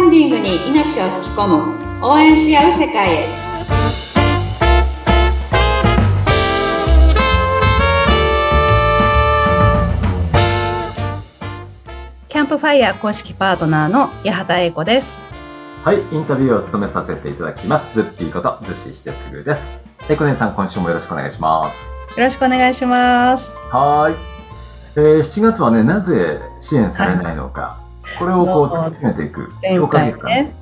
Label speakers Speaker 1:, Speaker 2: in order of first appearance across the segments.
Speaker 1: に命を吹き込む応援し合う世界へ
Speaker 2: キャンプファイヤー公式パートナーの八幡英子です。
Speaker 3: はい、インタビューを務めさせていただきます。ズッピーこと、ズシヒデツグです。えこねんさん、今週もよろしくお願いします。
Speaker 2: よろしくお願いします。
Speaker 3: はーい。えー、7月はね、なぜ支援されないのか、これをこう
Speaker 2: もう
Speaker 3: 突き詰めていく
Speaker 2: 前回ね、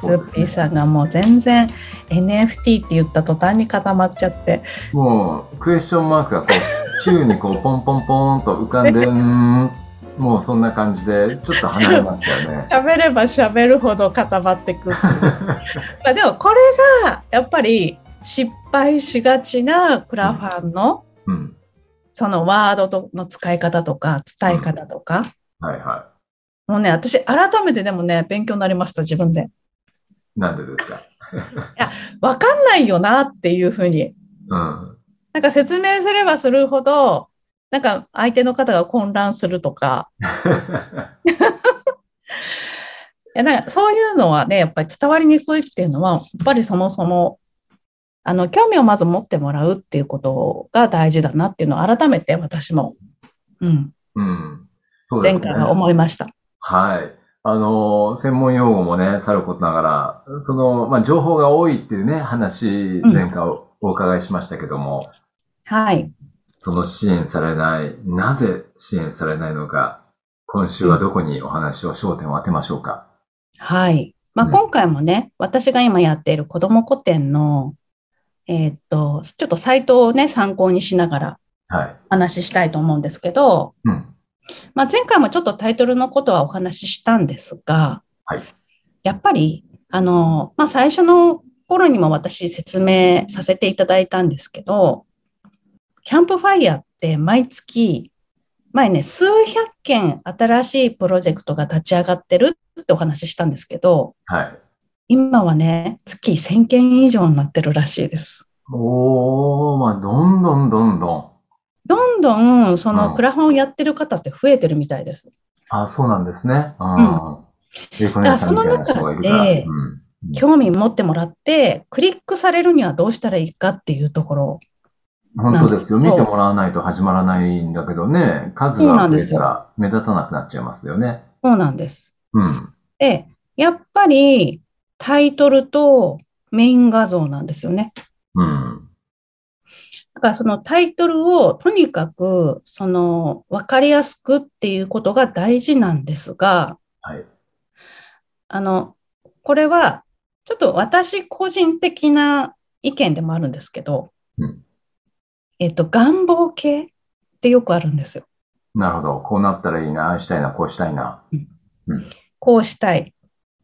Speaker 2: ズッピーさんがもう全然 NFT って言った途端に固まっちゃって、
Speaker 3: ん。もう、クエスチョンマークが こう、宙にこう、ポンポンポンと浮かんで、うーん、もうそんな感じで、ちょっと離れましたよ ね。
Speaker 2: 喋れば喋るほど固まってくる。まあでもこれがやっぱり失敗しがちなクラファンの
Speaker 3: うん。
Speaker 2: そのワードとの使い方とか伝え方とか、
Speaker 3: はいは
Speaker 2: もうね、私改めてでもね、勉強になりました、自分で。
Speaker 3: い。なんでですか。
Speaker 2: わかんないよなっていうふうに
Speaker 3: うん。
Speaker 2: なんか説明すればするほど、なんか相手の方が混乱するとか、いやなんかそういうのはね、やっぱり伝わりにくいっていうのは、やっぱりそもそも、あの、興味をまず持ってもらうっていうことが大事だなっていうのを改めて私も、うん、
Speaker 3: うん。そうです
Speaker 2: 前
Speaker 3: ね。
Speaker 2: 回は思いました。
Speaker 3: はい。あの、専門用語もね、さることながら、その、まあ、情報が多いっていうね、話、
Speaker 2: ん
Speaker 3: 前回おお伺いしましたけども、
Speaker 2: はい。
Speaker 3: その支援されない、なぜ支援されないのか、今週はどこにお話を、焦点を当てましょうか。
Speaker 2: はい。まあ、
Speaker 3: うん
Speaker 2: 今回もね、私が今やっている子ども古典の、えーっと、ちょっとサイトをね、参考にしながら
Speaker 3: はい。
Speaker 2: お話ししたいと思うんですけど、
Speaker 3: うん。
Speaker 2: まあ、前回もちょっとタイトルのことはお話ししたんですが、
Speaker 3: はい
Speaker 2: やっぱり、あの、まあ、最初の頃にも私説明させていただいたんですけど、キャンプファイヤーって毎月、前ね、数百件新しいプロジェクトが立ち上がってるってお話ししたんですけど、
Speaker 3: はい。
Speaker 2: 今はね、月1000件以上になってるらしいです。
Speaker 3: おー、まあ、どんどんどんどん。
Speaker 2: どんどん、そうの
Speaker 3: ん
Speaker 2: クラファンをやってる方って増えてるみたいです。
Speaker 3: あ、そうなんですね。うん。
Speaker 2: う
Speaker 3: よくね、さんみたいな人がいるか
Speaker 2: だ
Speaker 3: ら。
Speaker 2: からその中で
Speaker 3: うん。
Speaker 2: 興味持ってもらって、クリックされるにはどうしたらいいかっていうところ。
Speaker 3: 本当ですよ。
Speaker 2: なんです
Speaker 3: 見てもらわないと始まらないんだけどね、数
Speaker 2: そうな
Speaker 3: が
Speaker 2: ん
Speaker 3: 増
Speaker 2: で
Speaker 3: え
Speaker 2: す
Speaker 3: た
Speaker 2: よ
Speaker 3: ら目立たなくなっちゃいますよね。
Speaker 2: そうなんです。
Speaker 3: うん。
Speaker 2: で、やっぱりタイトルとメイン画像なんですよね。
Speaker 3: うん。
Speaker 2: だからそのタイトルをとにかく、その分かりやすくっていうことが大事なんですが、
Speaker 3: はい
Speaker 2: あの、これはちょっと私個人的な意見でもあるんですけど、
Speaker 3: うん
Speaker 2: えっと、願望系ってよくあるんですよ。
Speaker 3: なるほど。こうなったらいいな、ああしたいな、こうしたいな。
Speaker 2: こうしたい。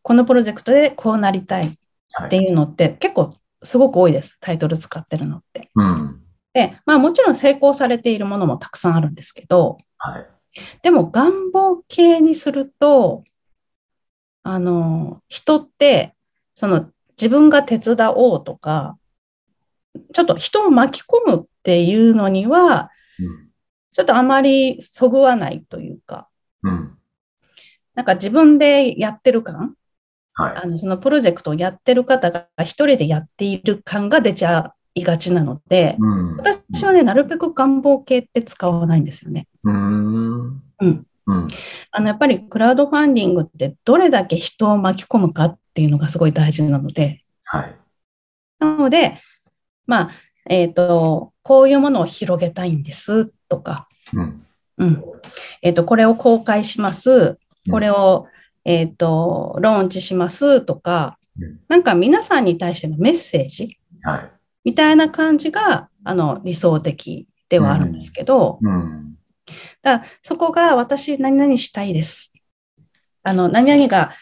Speaker 2: このプロジェクトでこうなりたいっ
Speaker 3: は
Speaker 2: て
Speaker 3: い。
Speaker 2: いうのって結構すごく多いです。タイトル使ってるのって。
Speaker 3: うん。
Speaker 2: で、まあもちろん成功されているものもたくさんあるんですけど、
Speaker 3: はい。
Speaker 2: でも願望系にすると、あの、人って、その自分が手伝おうとか、ちょっと人を巻き込むっていうのには、ちょっとあまりそぐわないというか、
Speaker 3: うん。うん。
Speaker 2: なんか自分でやってる感
Speaker 3: はい。
Speaker 2: あのそのプロジェクトをやってる方が一人でやっている感が出ちゃいがちなので、
Speaker 3: うん。
Speaker 2: 私はね、なるべく願望系って使わないんですよね。
Speaker 3: うん。
Speaker 2: うん。
Speaker 3: うん。
Speaker 2: あのやっぱりクラウドファンディングってどれだけ人を巻き込むかっていうのがすごい大事なので、
Speaker 3: はい。
Speaker 2: なので、まあ、えっ、と、こういうものを広げたいんですとか、
Speaker 3: うん。
Speaker 2: うん。えっ、と、これを公開します。これ
Speaker 3: を。
Speaker 2: を、えっ、と、ローンチしますとか
Speaker 3: うん、
Speaker 2: なんか皆さんに対してのメッセージ
Speaker 3: はい。
Speaker 2: みたいな感じが、あの、理想的ではあるんですけど、
Speaker 3: うん。
Speaker 2: だからそこが私、何々したいです。あの、何々が、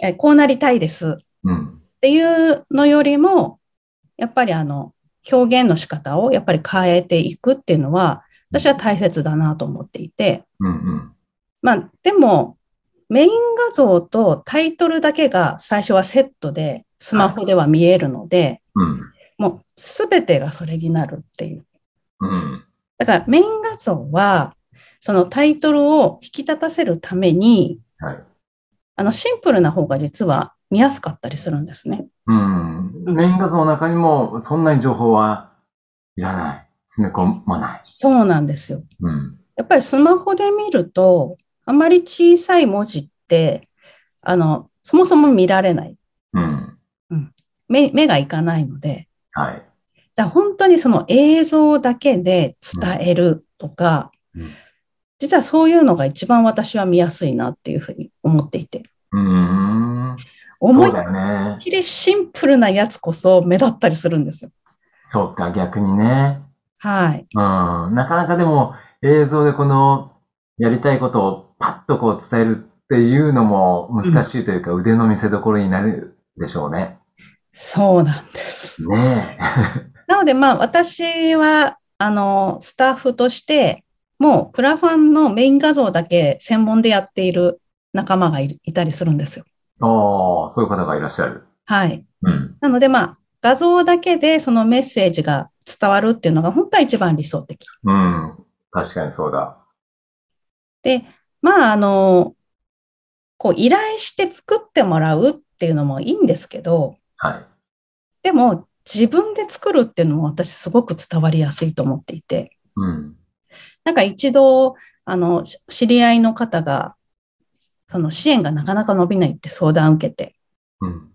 Speaker 2: えーこうなりたいですっ
Speaker 3: うん。
Speaker 2: ていうのよりも、やっぱりあの、表現の仕方をやっぱり変えていくっていうのは、私は大切だなと思っていて、
Speaker 3: うん。うん。
Speaker 2: まあ、でも、メイン画像とタイトルだけが最初はセットで、スマホでは見えるので、
Speaker 3: うん。
Speaker 2: もうすべてがそれになるっていう
Speaker 3: うん。
Speaker 2: だからメイン画像は、そのタイトルを引き立たせるために、
Speaker 3: はい。
Speaker 2: あのシンプルな方が実は見やすかったりするんですね。
Speaker 3: うん。メイン画像の中にも、そんなに情報はいらない。詰め込まない。
Speaker 2: そうなんですよ。
Speaker 3: うん。
Speaker 2: やっぱりスマホで見ると、あまり小さい文字って、あの、そもそも見られない。
Speaker 3: うん。
Speaker 2: 目目がいかないので、
Speaker 3: はい。
Speaker 2: だから本当にその映像だけで伝えるとか、
Speaker 3: うん
Speaker 2: 実はそういうのが一番私は見やすいなっていうふうに思っていて、
Speaker 3: うーん。
Speaker 2: 思い
Speaker 3: そうだよね
Speaker 2: っ。きりシンプルなやつこそ目立ったりするんですよ。
Speaker 3: そうか、逆にね。
Speaker 2: はい。
Speaker 3: うん。なかなかでも映像でこのやりたいことをパッとこう伝えるっていうのも難しいというか、腕の見せ所になるでしょうね。
Speaker 2: そうなんです。
Speaker 3: ね
Speaker 2: なのでまあ私は、あの、スタッフとして、もうクラファンのメイン画像だけ専門でやっている仲間がいいたりするんですよ。
Speaker 3: え。おー、そういう方がいらっしゃる。
Speaker 2: はい。
Speaker 3: うん。
Speaker 2: なので、まあ、画像だけでそのメッセージが伝わるっていうのが本当は一番理想的。
Speaker 3: うん。確かにそうだ。
Speaker 2: で、まあ、あの、こう、依頼して作ってもらうっていうのもいいんですけど、
Speaker 3: はい。
Speaker 2: でも、自分で作るっていうのも私すごく伝わりやすいと思っていて、
Speaker 3: うん。
Speaker 2: なんか一度、あの、し知り合いの方が、その支援がなかなか伸びないって相談を受けて、
Speaker 3: うん。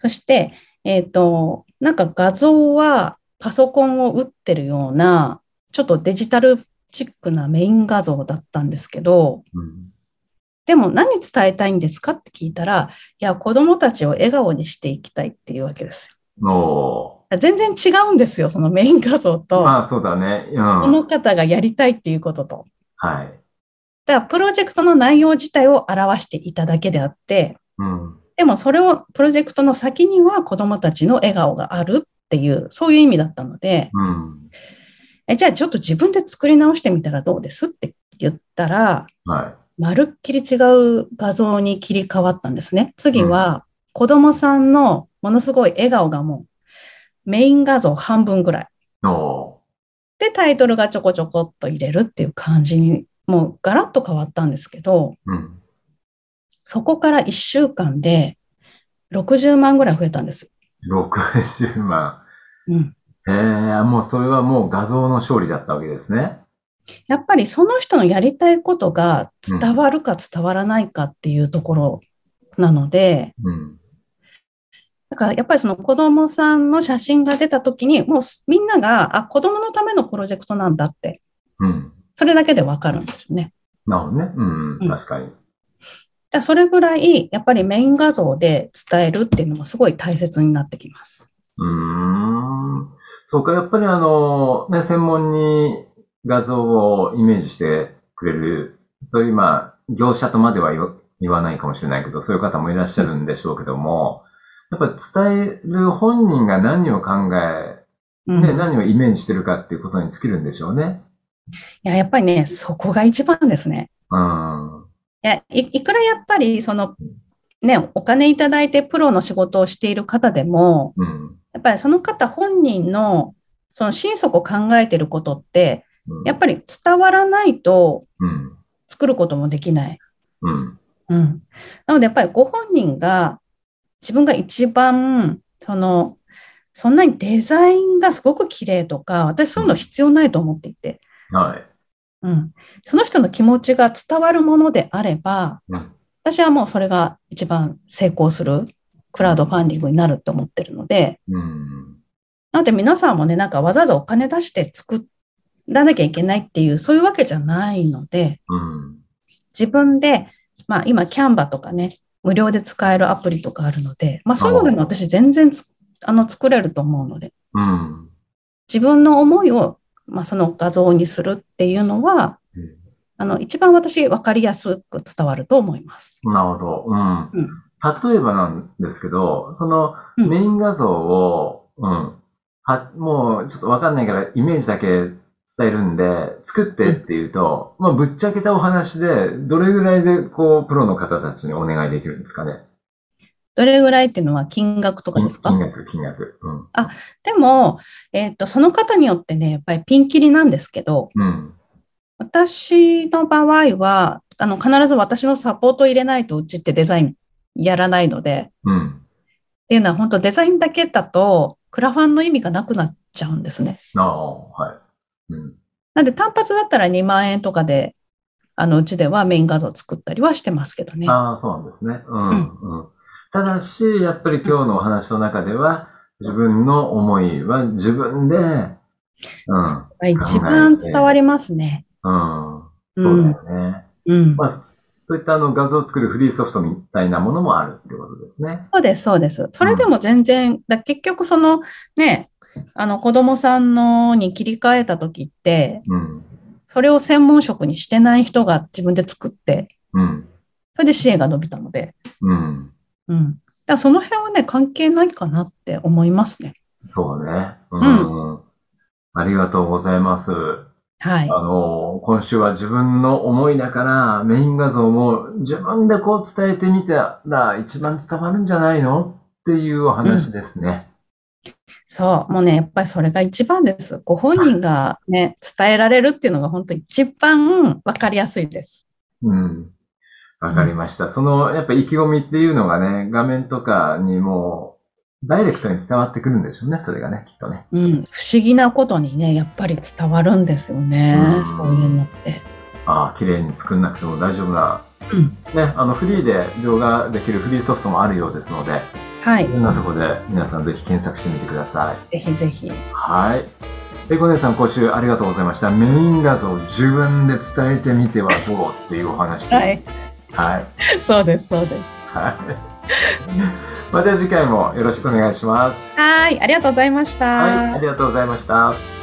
Speaker 2: そして、えっ、と、なんか画像はパソコンを打ってるような、ちょっとデジタルチックなメイン画像だったんですけど、
Speaker 3: うん。
Speaker 2: でも何伝えたいんですかって聞いたら、いや、子供たちを笑顔にしていきたいっていうわけです
Speaker 3: お
Speaker 2: よ。全然違うんですよ、そのメイン画像
Speaker 3: ー。
Speaker 2: と、
Speaker 3: まあ、そうだね。う
Speaker 2: こ
Speaker 3: ん。
Speaker 2: の方がやりたいっていうことと。
Speaker 3: はい。
Speaker 2: だから、プロジェクトの内容自体を表していただけであって、
Speaker 3: うん。
Speaker 2: でもそれを、プロジェクトの先には子供たちの笑顔があるっていう、そういう意味だったので、
Speaker 3: うん。
Speaker 2: え、じゃあちょっと自分で作り直してみたらどうですって言ったら、
Speaker 3: はい。
Speaker 2: まるっきり違う画像に切り替わったんですね。次は、子供さんのものすごい笑顔がもう、メイン画像半分ぐらい。
Speaker 3: お
Speaker 2: で、タイトルがちょこちょこっと入れるっていう感じに、もうガラッと変わったんですけど、
Speaker 3: ー。うん。
Speaker 2: そこから1週間で60万ぐらい増えたんですよ。
Speaker 3: 60万。
Speaker 2: うん。
Speaker 3: えー、もうそれはもう画像の勝利だったわけですね。
Speaker 2: やっぱりその人のやりたいことが伝わるか伝わらないかっていうところなので、
Speaker 3: うん。
Speaker 2: だからやっぱりその子供さんの写真が出た時に、もうみんなが、あ、子供のためのプロジェクトなんだって、
Speaker 3: うん。
Speaker 2: それだけでわかるんですよね。
Speaker 3: なるほどね。うん、
Speaker 2: うん
Speaker 3: 確かに。
Speaker 2: だからそれぐらい、やっぱりメイン画像で伝えるっていうのがすごい大切になってきます。
Speaker 3: うーん。そうか、やっぱりあの、ね、専門に画像をイメージしてくれる、そういうまあ、業者とまでは言わ言わないかもしれないけど、そういう方もいらっしゃるんでしょうけども、やっぱ伝える本人が何を考え、
Speaker 2: う
Speaker 3: ね、
Speaker 2: ん。い
Speaker 3: 何をイメージしてるかっていうことに尽きるんでしょうね。
Speaker 2: や、やっぱりね、そこが一番ですね。
Speaker 3: うん。
Speaker 2: いや、いいくらやっぱり、その、ね、お金いただいてプロの仕事をしている方でも、
Speaker 3: うん。
Speaker 2: やっぱりその方本人の、その心底考えてることって、
Speaker 3: うん
Speaker 2: やっぱり伝わらないと
Speaker 3: うん。
Speaker 2: 作ることもできない。
Speaker 3: うん。
Speaker 2: うん。なのでやっぱりご本人が自分が一番、その、そんなにデザインがすごく綺麗とか、私そういうの必要ないと思っていて、
Speaker 3: はい。
Speaker 2: うん。その人の気持ちが伝わるものであれば
Speaker 3: うん、
Speaker 2: 私はもうそれが一番成功するクラウドファンディングになると思ってるので、
Speaker 3: うん。
Speaker 2: なので皆さんもね、なんかわざわざお金出して作らなきゃいけないっていう、そういうわけじゃないので、
Speaker 3: うん。
Speaker 2: 自分で、まあ今、キャンバとかね、無料で使えるアプリとかあるので、まあそういうのでも
Speaker 3: あー
Speaker 2: 私全然つあの作れると思うので、
Speaker 3: うん。
Speaker 2: 自分の思いを、まあ、その画像にするっていうのは、
Speaker 3: うん
Speaker 2: あの一番私分かりやすく伝わると思います。
Speaker 3: なるほど。うん。
Speaker 2: うん
Speaker 3: 例えばなんですけど、その
Speaker 2: うん
Speaker 3: メイン画像を、うん、は、もうちょっとわかんないからイメージだけ伝えるんで、作ってっていうと、まあぶっちゃけたお話で、どれぐらいでこう、プロの方たちにお願いできるんですかね。
Speaker 2: どれぐらいっていうのは金額とか
Speaker 3: 金
Speaker 2: ですか
Speaker 3: 金額、金額。うん。
Speaker 2: でも、えっ、と、その方によってね、やっぱりピンキリなんですけど、
Speaker 3: うん。
Speaker 2: 私の場合は、あの、必ず私のサポートを入れないとうちってデザインやらないので、
Speaker 3: うん。
Speaker 2: っていうのは本当デザインだけだと、クラファンの意味がなくなっちゃうんですね。
Speaker 3: ああ、はい。うん。
Speaker 2: なんで単発だったら2万円とかで、あの、うちではメイン画像作ったりはしてますけどね。
Speaker 3: ああ、そうなんですね。うん、うん。ただし、やっぱり今日のお話の中では、自分の思いは自分で、うん。
Speaker 2: はい、一番伝わりますね。
Speaker 3: うん。そうですよね。
Speaker 2: うん。
Speaker 3: まあ、そういったあの画像を作るフリーソフトみたいなものもあるってことですね。
Speaker 2: そうです、そうです。それでも全然、だ結局そのね、あの子供さんのに切り替えた時って、
Speaker 3: うん。
Speaker 2: それを専門職にしてない人が自分で作って、
Speaker 3: うん。
Speaker 2: それで支援が伸びたので、
Speaker 3: うん。
Speaker 2: うん。だからその辺はね、関係ないかなって思いますね。
Speaker 3: そうね。うん。ありがとうございます。
Speaker 2: はい。
Speaker 3: あの、今週は自分の思いだから、メイン画像も自分でこう伝えてみたら一番伝わるんじゃないのっていうお話ですね。
Speaker 2: そう。もうね、やっぱりそれが一番です。ご本人がね、伝えられるっていうのが本当一番わかりやすいです。
Speaker 3: うん。わかりました。その、やっぱ意気込みっていうのがね、画面とかにもう、ダイレクトに伝わってくるんでしょうね、それがね、きっとね。
Speaker 2: うん。不思議なことにね、やっぱり伝わるんですよね
Speaker 3: うん。
Speaker 2: そういうのって。
Speaker 3: ああ、綺麗に作んなくても大丈夫な。
Speaker 2: うん
Speaker 3: ね、あの、フリーで描画できるフリーソフトもあるようですので、
Speaker 2: はい。
Speaker 3: なるほど。皆さんぜひ検索してみてください。
Speaker 2: ぜひぜひ。
Speaker 3: はい。えこねさん、今週ありがとうございました。メイン画像を自分で伝えてみてはどうっていうお話で。
Speaker 2: はい。
Speaker 3: はい。
Speaker 2: そうです、そうです。
Speaker 3: はい。また次回もよろしくお願いします。
Speaker 2: はい。ありがとうございました。
Speaker 3: はい、ありがとうございました。